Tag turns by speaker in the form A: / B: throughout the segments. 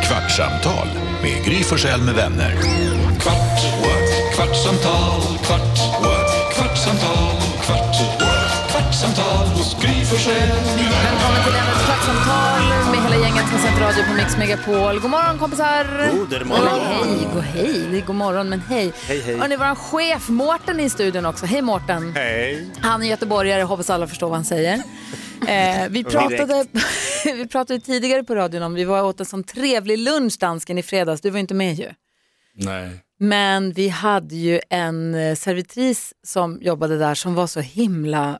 A: Kvartsamtal med Gry Forssell med vänner. Kvart, what? kvartsamtal, kvart, what? kvartsamtal, kvart, what? kvartsamtal hos Gry Forssell med vänner.
B: Välkommen till Lennarts kvartsamtal med hela gänget från Center Radio på Mix Megapol. God morgon kompisar!
C: God morgon.
B: Ja, hej, god hej. Det är god morgon, men hej.
C: Hej, hej.
B: Hörrni, vår chef Mårten är i studion också. Hej Mårten!
C: Hej.
B: Han är göteborgare, hoppas alla förstår vad han säger. Eh, vi, pratade, vi pratade tidigare på radion om, vi var och åt en sån trevlig lunch dansken i fredags, du var inte med ju.
D: Nej.
B: Men vi hade ju en eh, servitris som jobbade där som var så himla eh,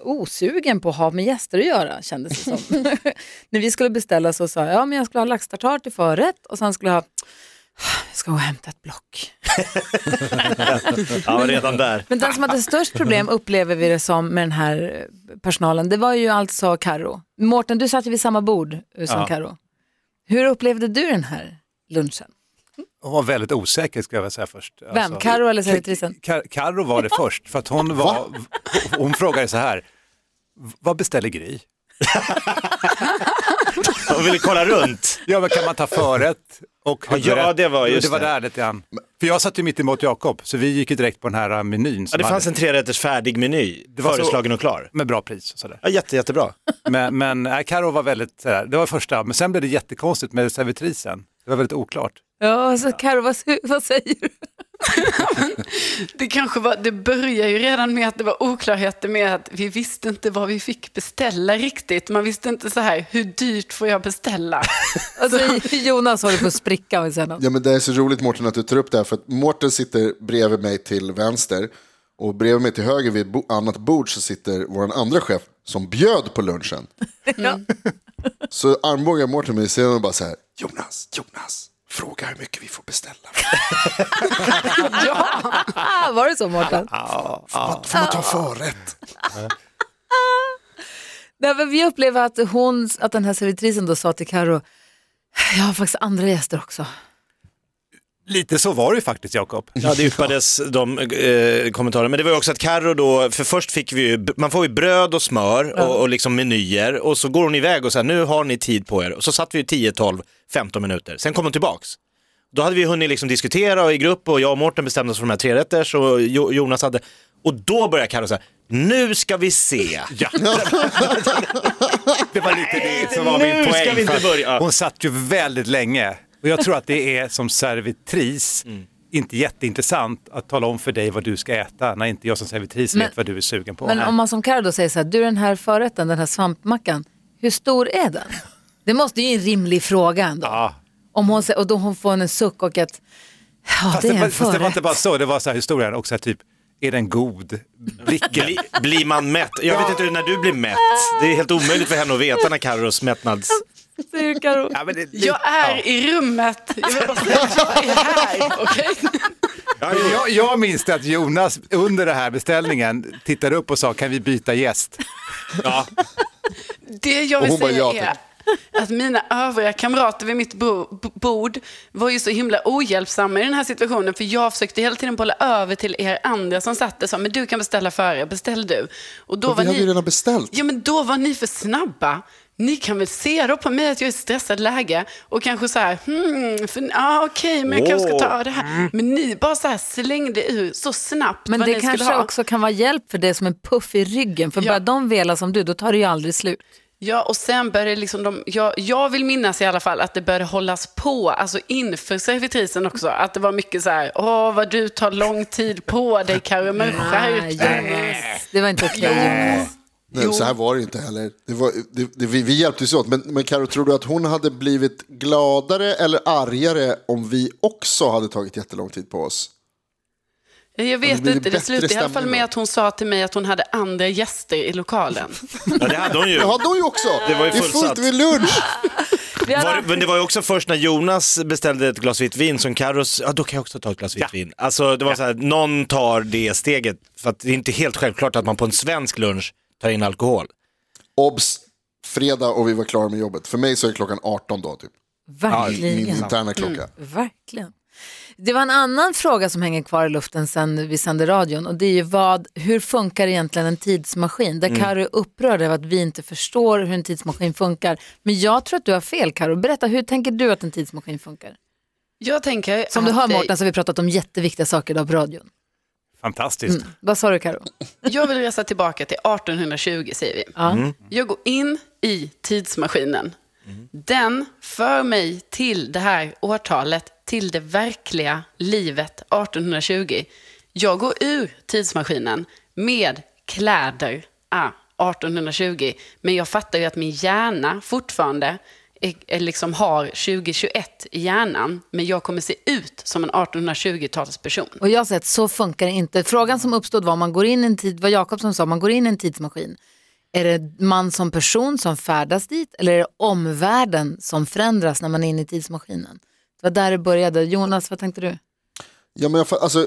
B: osugen på att ha med gäster att göra kändes det som. När vi skulle beställa så sa jag, ja men jag skulle ha laxtartar till förrätt och sen skulle jag ha, jag ska gå och hämta ett block.
C: Ja, redan där.
B: Men den som hade störst problem upplever vi det som med den här eh, personalen, det var ju alltså Karo. Mårten, du satt ju vid samma bord eh, som
E: Ja.
B: Karo. Hur upplevde du den här lunchen?
E: Hon var väldigt osäker ska jag väl säga först. Alltså,
B: Vem, Karo eller servitrisen?
E: Kar- Karo var det först, för att hon var, hon frågade så här, vad beställer Gry?
C: Jag ville kolla runt.
E: Ja, men kan man ta förrätt och
C: Ja,
E: huvudrätt?
C: ja, det var just
E: det. var
C: det.
E: där lite grann. För jag satt ju mitt emot Jakob, så vi gick ju direkt på den här äh, menyn
C: Ja,
E: som
C: det fanns en
E: hade,
C: trerätters färdig meny,
E: var så-
C: föreslagen och klar.
E: med bra pris och sådär.
C: Ja, jätte, jättebra.
E: Men, men äh, Karo var väldigt, sådär, det var första, men sen blev det jättekonstigt med servitrisen. Det var väldigt oklart.
B: Ja, så Karo, vad, vad säger du?
F: Det kanske var, det börjar ju redan med att det var oklarheter med att vi visste inte vad vi fick beställa riktigt. Man visste inte så här, hur dyrt får jag beställa?
B: Alltså, Jonas håller på att spricka vid sidan.
G: Ja, men det är så roligt Mårten att du tar upp det här. För att Mårten sitter bredvid mig till vänster. Och bredvid mig till höger vid ett bo- annat bord så sitter vår andra chef som bjöd på lunchen. Mm. Så armbågar Mårten mig i sidan och bara så här. Jonas, Jonas, fråga hur mycket vi får beställa.
B: Ah, var det så Mårten?
G: Får man ta förrätt?
B: Nej, men vi upplever att, hon, att den här servitrisen då sa till Karo, jag har faktiskt andra gäster också.
E: Lite så var det ju faktiskt, Jakob.
C: Ja, det yppades de eh, kommentarerna. Men det var ju också att Carro då, för först fick vi ju, man får ju bröd och smör och, och liksom menyer och så går hon iväg och säger nu har ni tid på er. Och så satt vi ju 10, 12, 15 minuter. Sen kom hon tillbaks. Då hade vi hunnit liksom diskutera och i grupp och jag och Mårten bestämde oss för de här trerätters och Jo- Jonas hade, och då började Carro säga, nu ska vi se.
E: Det var lite det som
C: Nej,
E: var
C: nu
E: min poäng.
C: ska vi inte
E: för att
C: börja.
E: Hon satt ju väldigt länge och jag tror att det är som servitris
B: Mm.
E: inte jätteintressant att tala om för dig vad du ska äta när inte jag som servitris
B: Men-
E: vet vad du är sugen på.
B: Men om man som Karo då säger så här, du den här förrätten, den här svampmackan, hur stor är den? Det måste ju vara en rimlig fråga ändå.
E: Ja.
B: Om hon, säger- och då hon får en suck och ett, ja
E: Fast
B: det
E: det,
B: är
E: var,
B: en
E: fast det var
B: förrätt.
E: inte bara så, det var så här historien också, här, typ, är den god? Blicken.
C: Bli, blir man mätt? Jag vet inte när du blir mätt. Det är helt omöjligt för henne att veta när Carros mättnads...
B: Säger du, Karo?
E: Ja, men det,
F: Jag är i rummet, jag vill bara säga att jag är här, okej?
E: jag, jag minns det att Jonas under den här beställningen tittade upp och sa, kan vi byta gäst?
F: Det jag
G: Och
F: vill
G: hon bara,
F: säga
G: "Ja,
F: är att mina övriga kamrater vid mitt bro- b- bord var ju så himla ohjälpsamma i den här situationen. För jag försökte hela tiden bolla över till er andra som satt där och sa, men du kan beställa före, beställ du. Och då
G: Och
F: var
G: vi hade ju
F: ni...
G: redan beställt.
F: Ja, men då var ni för snabba. Ni kan väl se då på mig att jag är i stressad läge och kanske så här, hmm, för, ja okej, men jag kanske ska ta det här. Men ni bara så här slängde ur så snabbt
B: Men
F: vad
B: det
F: ni skulle
B: kanske
F: ha.
B: också kan vara hjälp för det som en puff i ryggen, för
F: Ja.
B: börjar de vela som du, då tar det ju aldrig slut.
F: Ja, och sen började liksom de, jag, jag vill minnas i alla fall att det började hållas på, alltså inför servitrisen också, att det var mycket så här, åh vad du tar lång tid på dig Carro, men skärp dig.
B: Jonas. Det var inte okej Jonas.
G: Nej, så här var det inte heller. Det var, det, det, vi, vi hjälptes åt. Men, men Karo, tror du att hon hade blivit gladare eller argare om vi också hade tagit jättelång tid på oss?
F: Jag vet
G: blir det
F: inte, det
G: bättre
F: slutade i alla fall
G: stämning
F: med
G: då?
F: att hon sa till mig att hon hade andra gäster i lokalen.
C: Ja, det hade hon ju.
G: Ja, då ju också.
C: Det var ju
G: det är
C: fullsatt.
G: fullt vid lunch.
B: Vi
C: Var,
B: hade-
C: det- men det var ju också först när Jonas beställde ett glas vitt vin som Carros, ja då kan jag också ta ett glas vitt vin. Alltså det var så här, någon tar det steget, för att det är inte helt självklart att man på en svensk lunch tar in alkohol.
G: Obs! Fredag och vi var klara med jobbet. För mig så är klockan 18 då, typ.
B: Verkligen.
G: Min interna klocka.
B: Verkligen. Det var en annan fråga som hänger kvar i luften sen vi sände radion och det är ju vad, hur funkar egentligen en tidsmaskin? Där Karo är upprörd över att vi inte förstår hur en tidsmaskin funkar. Men jag tror att du har fel Karo. Berätta, hur tänker du att en tidsmaskin funkar?
F: Jag tänker
B: Som du
F: att,
B: hör
F: eh,
B: Mårten så har vi pratat om jätteviktiga saker idag på radion.
E: Fantastiskt.
C: Mm.
B: Vad sa du Karo?
F: Jag vill resa tillbaka till 1820 säger vi.
B: Ja.
F: Jag går in i tidsmaskinen. Den för mig till det här årtalet, till det verkliga livet 1820. Jag går ur tidsmaskinen med kläder ah, 1820. Men jag fattar ju att min hjärna fortfarande är, är liksom har 2021 i hjärnan. Men jag kommer se ut som en 1820-talsperson.
B: Och jag har sett, så funkar det inte. Frågan som uppstod var, om man går in i en tid, vad Jakob som sa, man går in i en tidsmaskin. Är det man som person som färdas dit eller är det omvärlden som förändras när man är inne i tidsmaskinen? Det var där det började. Jonas, vad tänkte du?
G: Ja, men jag, fa- alltså,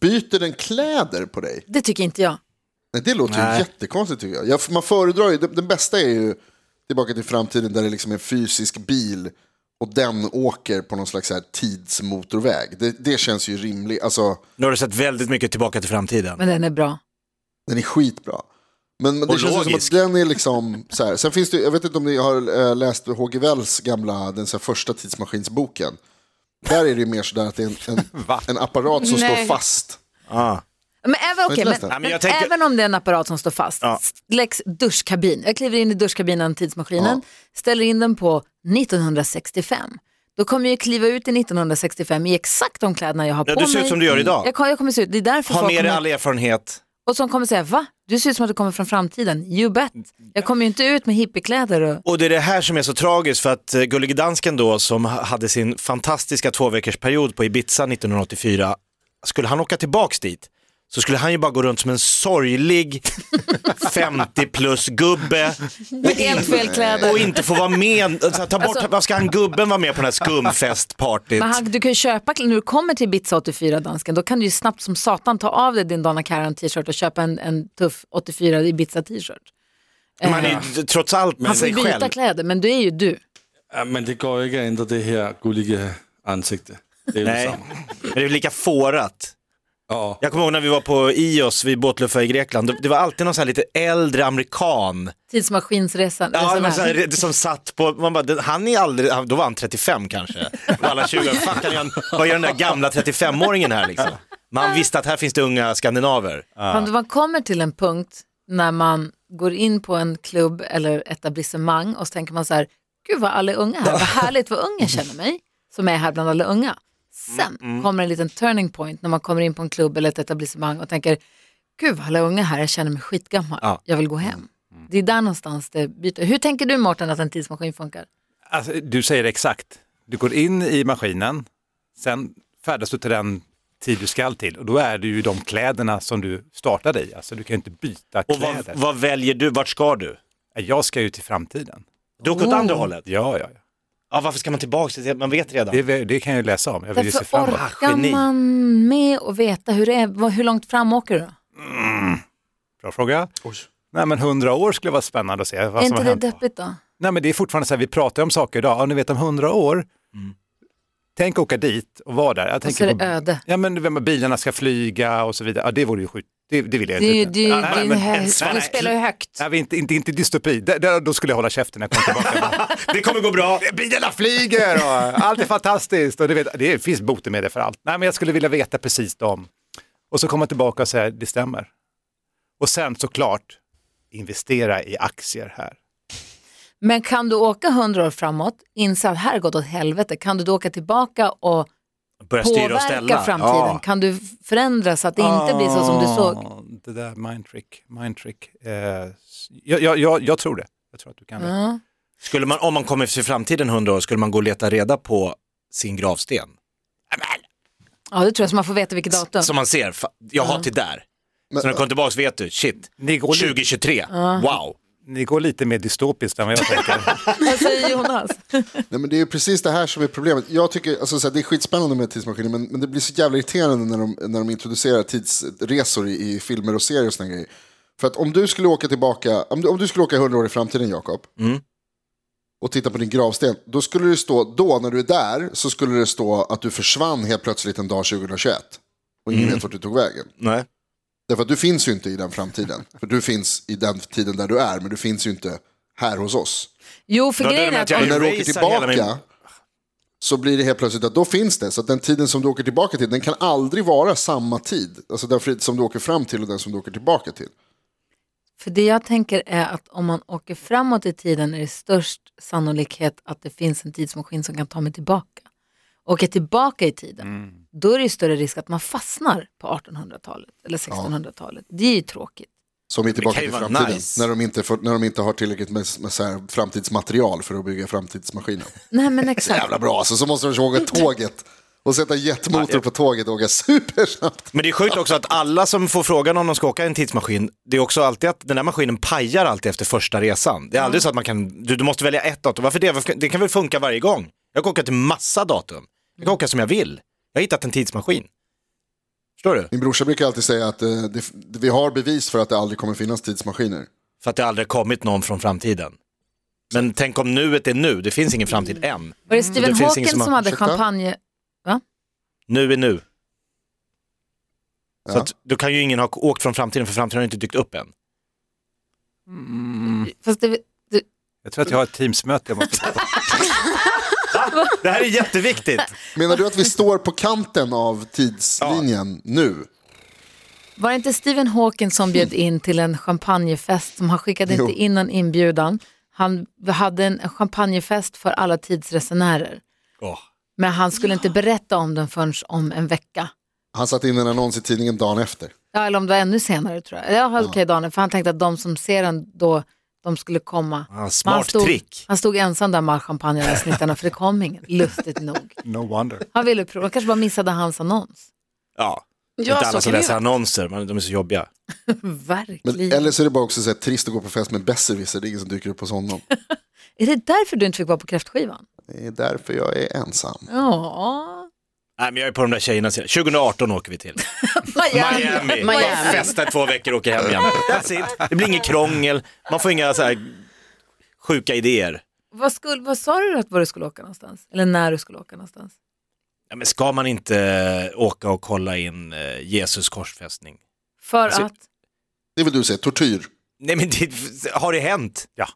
G: byter den kläder på dig?
B: Det tycker inte jag.
G: Nej, det låter ju jättekonstigt tycker jag. jag man föredrar ju, den, den bästa är ju Tillbaka till framtiden där det liksom är en fysisk bil och den åker på någon slags så här tidsmotorväg. Det, det känns ju rimligt. Alltså,
C: Nu har du sett väldigt mycket Tillbaka till framtiden.
B: Men den är bra.
G: den är skitbra. Men, men det
C: Och
G: känns ju som att
C: logisk.
G: den är liksom så här. Sen finns det, ju- jag vet inte om ni har eh, läst H.G. Wells gamla, den så här första tidsmaskinsboken. Där är det ju mer sådär att det är en, en, en apparat som
F: Nej.
G: står fast.
C: Ah.
B: Men, även,
G: inte
B: okej,
G: läst
B: men,
G: den?
C: Nej, men jag
B: men
C: tänker-
B: även om det är en apparat som står fast.
C: Ja.
B: Lex duschkabin. Jag kliver in i duschkabinen, tidsmaskinen, ställer in den på 1965. Då kommer jag kliva ut i 1965 i exakt de kläderna jag har
C: Ja,
B: på
C: du ser
B: mig.
C: ut som du gör idag.
B: Jag, kommer- jag kommer se ut, det är därför
C: Ha
B: folk
C: med dig
B: kommer...
C: all erfarenhet.
B: Och som kommer säga, va? Du ser ut som att du kommer från framtiden. You bet. Jag kommer ju inte ut med hippiekläder och...
C: Och det är det här som är så tragiskt för att eh, Gullige Dansken då som ha- hade sin fantastiska tvåveckorsperiod på Ibiza 1984, skulle han åka tillbaks dit så skulle han ju bara gå runt som en sorglig 50 plus gubbe
B: Med helt fel kläder.
C: och inte få vara med. Alltså, ta bort, vad ska han gubben vara med på den här skumfestpartyt?
B: Men han, du kan ju köpa, när du kommer till Ibiza 84 dansken, då kan du ju snabbt som satan ta av dig din Donna Karan t-shirt och köpa en, en tuff 84 Ibiza t-shirt.
C: Man är ju trots allt med
B: Eh. Han får
C: sig
B: ju byta
C: själv.
B: Alltså, kläder, men du är ju du.
D: Ja, men det går ikke at ændre det her gullige ansigte.
B: liksom.
D: Det er jo det
C: Nej,
D: samme.
C: men det är lika fårat.
D: Og
C: Jag kommer ihåg när vi var på Ios vid båtluffa i Grekland, det- det var alltid någon så här lite äldre amerikan
B: Tidsmaskinsresan.
C: Ja,
B: resenär.
C: men så här, som satt på, man bara, den- han är aldrig, han- då var han 35 kanske. Och alla 20, fuck han, gör en- vad gör den där gamla 35-åringen här liksom? Man visste att här finns det unga skandinaver.
B: Om man kommer till en punkt när man går in på en klubb eller etablissemang och så tänker man så här, gud vad alla är unga här, vad härligt vad ung jag känner mig som är här bland alla unga. Sen
C: Mm,
B: kommer en liten turning point när man kommer in på en klubb eller ett etablissemang och tänker, gud vad alla är unga här, jag känner mig skitgammal,
C: Ja. Mm,
B: jag vill gå hem. Det är där någonstans det byter. Hur tänker du Mårten att en tidsmaskin funkar?
E: Alltså, du säger exakt. Du går in i maskinen, sen färdas du till den tid du ska till och då är du ju i de kläderna som du startade i. Alltså du kan ju inte byta
C: Och
E: kläder.
C: vad, vad väljer du, vart ska du?
E: Jag ska ju till framtiden.
C: Du åker åt andra hållet.
E: Ja, ja, ja.
C: Ja, varför ska man tillbaka till det? Man vet redan.
E: Det, det kan jag ju läsa om. Jag vill ju se
B: Därför
E: fram emot.
B: orkar
C: Geni.
B: man med och veta hur det är, vad- hur långt fram åker du?
E: Bra fråga. Nej, men hundra år skulle vara spännande att se vad
B: Är
E: som
B: inte
E: har
B: det
E: hänt. då.
B: deppigt då?
E: Nej, men det är fortfarande så här, vi pratar ju om saker idag. Ja, ni vet om hundra år, tänk åka dit och vara där. Jag
B: Och så är
E: tänker
B: det
E: på,
B: öde.
E: ja, men vem- bilarna ska flyga och så vidare. Ja, det vore ju sjukt. Det, det vill jag
B: Det är ju,
E: inte.
B: det är ju,
E: Ja,
B: det
E: nej,
B: är ju
E: men-
B: hö-
E: svensk-
B: vi spelar ju högt.
E: Nej, vi är inte, inte, inte dystopi. Där, där, då skulle jag hålla käften när jag kom tillbaka.
C: Det kommer gå bra.
E: Bilarna flyger och allt är fantastiskt. Och du vet, det finns botemedel för allt. Nej, men jag skulle vilja veta precis dem. Och så komma tillbaka och säga, det stämmer. Och sen såklart, investera i aktier här.
B: Men kan du åka hundra år framåt, inse att här har gått åt helvete, kan du då åka tillbaka och
C: Börja styra och
B: påverka
C: ställa.
B: framtiden?
C: Ja.
B: Kan du förändra så att det inte blir så som du såg?
E: Ah, Det där mindtrick, mindtrick. Eh, s- jag, jag, jag, jag tror det. Jag tror att du kan det.
C: Skulle man, om man kommer till framtiden 100 år, skulle man gå och leta reda på sin gravsten?
B: Ja, det tror jag, så man får veta vilket datum.
C: Som man ser, fa- jag har till där. Så när du kommer tillbaka vet du, shit,
E: Ni går, li,
C: 2023, wow.
E: ni går lite mer dystopiskt än vad jag tänker.
B: Vad säger Jonas?
G: Nej, men det är ju precis det här som är problemet. Jag tycker, alltså, så här, det är skitspännande med tidsmaskiner, men, men det blir så jävla irriterande när de, när de introducerar tidsresor i, i filmer och serier och såna grejer. För att om du skulle åka tillbaka, om du, om du skulle åka 100 år i framtiden, Jakob, och tittar på din gravsten, då skulle det stå, då när du är där, så skulle det stå att du försvann helt plötsligt en dag 2021. Och ingen vet vart du tog vägen.
C: Nej.
G: Därför att du finns ju inte i den framtiden. För du finns i den tiden där du är, men du finns ju inte här hos oss.
B: Jo, för
C: Då är det
B: grejen
C: med
B: är
C: att
B: att...
C: jag
G: Men när du åker
C: Erasar
G: tillbaka
C: hela min-
G: så blir det helt plötsligt att då finns det. Så att den tiden som du åker tillbaka till, den kan aldrig vara samma tid. Alltså den frid som du åker fram till och den som du åker tillbaka till.
B: För det jag tänker är att om man åker framåt i tiden är det störst sannolikhet att det finns en tidsmaskin som kan ta mig tillbaka. Åker jag tillbaka i tiden, då är det ju större risk att man fastnar på 1800-talet eller 1600-talet. Det är ju tråkigt.
G: Som är tillbaka
C: kan ju
G: till
C: vara
G: framtiden.
C: nice.
G: När, de inte får, när de inte har tillräckligt med, med så här framtidsmaterial för att bygga framtidsmaskinen.
B: Nej men exakt.
G: Jävla bra, alltså, så måste de åka tåget. Och sätta jetmotor på tåget och åka supersnabbt.
C: Men det är sjukt också att alla som får frågan om de ska åka i en tidsmaskin, det är också alltid att den där maskinen pajar alltid efter första resan. Det är aldrig så att man kan, du, du måste välja ett datum. Varför det? Varför, det kan väl funka varje gång? Jag kan åka till massa datum. Jag kan åka som jag vill. Jag har hittat en tidsmaskin. Förstår du?
G: Min brorsa brukar alltid säga att eh, det, vi har bevis för att det aldrig kommer finnas tidsmaskiner.
C: För att det aldrig kommit någon från framtiden. Men tänk om nuet är nu, det finns ingen framtid än.
B: Var det Stephen
C: Det finns
B: Hawking
C: ingen
B: som,
C: som har-
B: hade
G: Ursäkta?
B: champagne?
C: Nu är nu. Så
G: Ja.
C: att, då kan ju ingen ha åkt från framtiden, för framtiden har inte dykt upp än.
B: Fast det, det,
E: Jag tror att jag har ett teamsmöte jag måste gå på.
C: Det här är jätteviktigt.
G: Menar du att vi står på kanten av tidslinjen nu?
B: var det inte Stephen Hawking som bjöd in till en champagnefest som han skickade
G: Jo.
B: inte in någon inbjudan? Han hade en champagnefest för alla tidsresenärer.
C: Åh.
B: Men han skulle inte berätta om den förrän om en vecka.
G: Han satte in en annons i tidningen dagen efter.
B: Ja, eller om det var ännu senare tror jag. Ja, okej, Daniel, för han tänkte att de som ser den då, de skulle komma.
C: Ah,
B: Men han
C: smart
B: stod,
C: trick.
B: Han stod ensam där med champagne och snittarna, för det kom ingen, lustigt nog.
E: No wonder.
B: Han ville prova, han kanske bara missade hans annons.
C: Ja,
F: Ja,
C: det är inte alla
F: så
C: som
F: kan det
C: läser
F: ju
C: annonser, men de är så jobbiga.
B: Verkligen.
G: Men, eller så är det bara också så här, trist att gå på fest med besserwisser, det är ingen som dyker upp hos honom.
B: Är det därför du inte fick vara på kräftskivan?
G: Det är därför jag är ensam.
B: Ja.
C: Nej, men jag är på de där tjejernas sida. 2018 åker vi till.
B: Miami.
C: Miami.
F: Miami.
C: Bara Festa i två veckor och åker hem igen. That's it. Det blir inget krångel, man får inga så här sjuka idéer.
B: Vad, skulle, vad sa du att var du skulle åka någonstans? Eller när du skulle åka någonstans?
C: Ja, men ska man inte eh, åka och kolla in eh, Jesus korsfästning?
B: För
C: Alltså-
B: att?
G: Det vill du säga, tortyr.
C: Nej, men det, har det hänt?
E: Ja.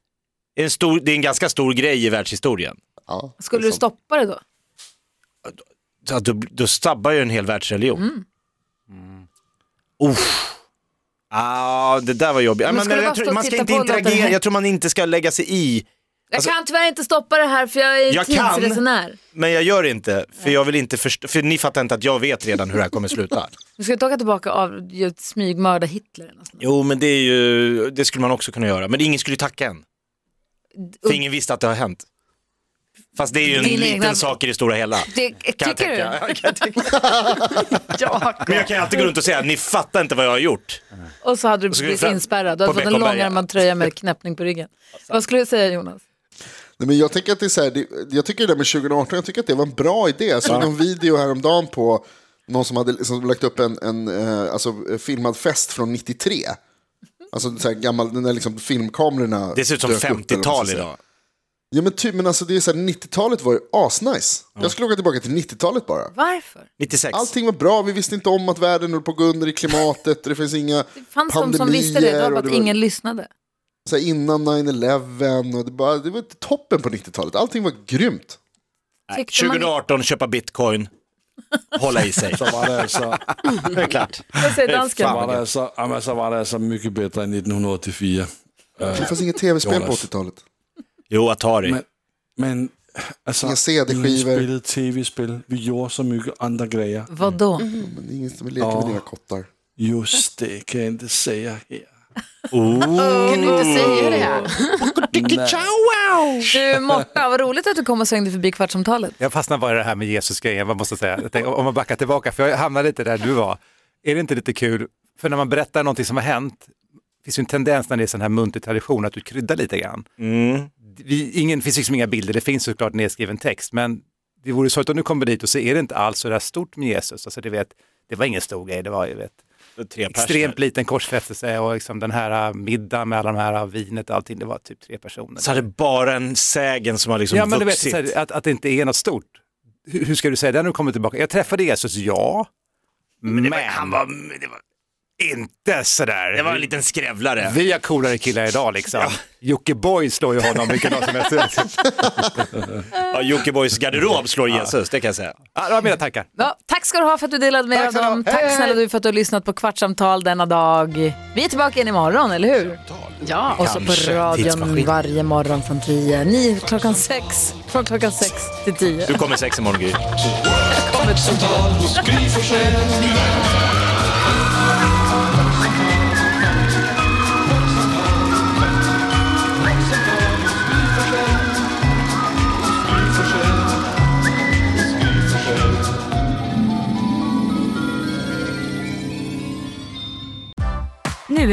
C: Det är, en stor, det är en ganska stor grej i världshistorien.
G: Ja,
B: Skulle
G: det är
B: du
G: sant.
B: stoppa det då?
C: Så att du, du sabbar ju en hel världsreligion. Mm. Uff. Ah, det där var jobbigt.
B: Men
C: Men
B: skulle
C: men,
B: bara
C: jag
B: stå
C: tror,
B: och
C: man ska
B: titta
C: inte
B: på och låta det
C: interagera,
B: här-
C: jag tror man inte ska lägga sig i.
B: Jag
C: Alltså-
B: kan tyvärr inte stoppa det här för jag är
C: Jag kan.
B: tidsresenär.
C: Men jag gör inte, för jag vill inte förstå, för ni fattar inte att jag vet redan hur det här kommer sluta.
B: Du ska inte åka tillbaka av smygmörda Hitler? Eller något sånt.
C: Jo, men det är ju, det skulle man också kunna göra, men ingen skulle ju tacka en. För ingen visste att det har hänt. Fast det är ju en
B: Din
C: liten
B: egna-
C: sak i det stora hela.
B: Det,
C: Kan jag
B: tycker du?
C: tänka. Kan jag tänka.
F: Ja,
C: Men jag kan ju alltid gå runt och säga, ni fattar inte vad jag har gjort.
B: Och så hade du
C: skulle
B: blivit
C: fram-
B: inspärrad. Du hade
C: på
B: fått en
C: Beckomberga. Alltså.
B: långärmad tröja med knäppning på ryggen. Vad skulle du säga Jonas?
G: Nej, men jag tycker att det är så här, det, jag tycker det där med 2018, jag tycker att det var en bra idé. Jag såg någon video häromdagen på någon som hade som lagt upp en, en eh, alltså, eh, filmad fest från 93. Alltså så här gammal, när liksom filmkamerorna
C: Det ser ut som
G: dök upp, eller vad man ska
C: 50-tal
G: säga.
C: idag.
G: Ja men typ, men alltså det är så här, 90-talet var ju asnice. Jag skulle åka tillbaka till 90-talet bara.
B: Varför?
C: 96.
G: Allting var bra, vi visste inte om att världen höll på att gå under i klimatet, det finns inga
B: Fanns de som
G: pandemier
B: visste det? Det var bara
G: och
B: att ingen lyssnade.
G: så här, innan 9-11 och det, bara, det var toppen på 90-talet, allting var grymt.
C: Nej,
B: Tyckte man-
C: 2018, köpa bitcoin, hålla i sig.
D: Så var det alltså,
C: Det är klart.
B: Vad säger dansken?
D: var det alltså, ja, men så var det alltså mycket bättre än 1984.
G: Det fanns inga tv-spel på
D: Jonas.
G: 80-talet.
C: Jo, Atari.
D: Men, men alltså,
G: Inga CD-skivor.
D: ingen spelade tv-spel. Vi gjorde så mycket andra grejer.
B: Vadå?
G: Men det är ingen som vill leka med dina kottar.
D: Just det kan jag inte säga här.
F: Kan du inte säga det?
C: Mm.
F: här?
B: Du Morta, vad roligt att du kom och svängde förbi Kvartsamtalet.
E: Jag fastnar bara i det här med Jesus-grejen, vad måste jag säga. Jag tänkte, om man backar tillbaka, för jag hamnar lite där du var. Är det inte lite kul, för när man berättar någonting som har hänt, finns ju en tendens när det är sån här munter tradition att du kryddar lite grann. Vi, ingen, det finns liksom inga bilder, det finns såklart nedskriven text, men det vore sorgligt om du kommer dit och så är det inte alls så där stort med Jesus. Alltså, det, vet, det var ingen stor grej, det var ju vet,
C: Tre pers
E: Extremt liten korsfästelse och liksom den här äh, middagen med alla de här äh, vinet och allting, det var typ tre personer.
C: Så hade bara en sägen som har liksom
E: ja, men du vet,
C: vuxit.
E: så här, att, att det inte är något stort. Hur, hur ska du säga det när du kommer tillbaka? Jag träffade Jesus, ja. Men, han var, det var inte sådär.
C: det var en liten skrävlare.
E: Vi har coolare killar idag liksom. Jockiboi slår ju honom vilken dag som helst.
C: Ja, Jockibois garderob slår Jesus, det kan jag säga.
E: Ja, det var mina tankar.
B: Ja, tack ska du ha för att du delade med dig
E: Tack
B: av
E: ska du ha.
B: dem.
E: Hej,
B: Tack
E: hej.
B: snälla du för att du har lyssnat på Kvartsamtal denna dag. Vi är tillbaka igen imorgon, eller hur?
F: Ja.
B: Och så på
C: Kanske.
B: radion
C: Tidsmaskin.
B: varje morgon från 10. Ni klockan 6. Från klockan 6 till 10.
C: Du kommer sex imorgon Gry.
A: Kvartsamtal hos Gry Forssell med vänner.
H: Nu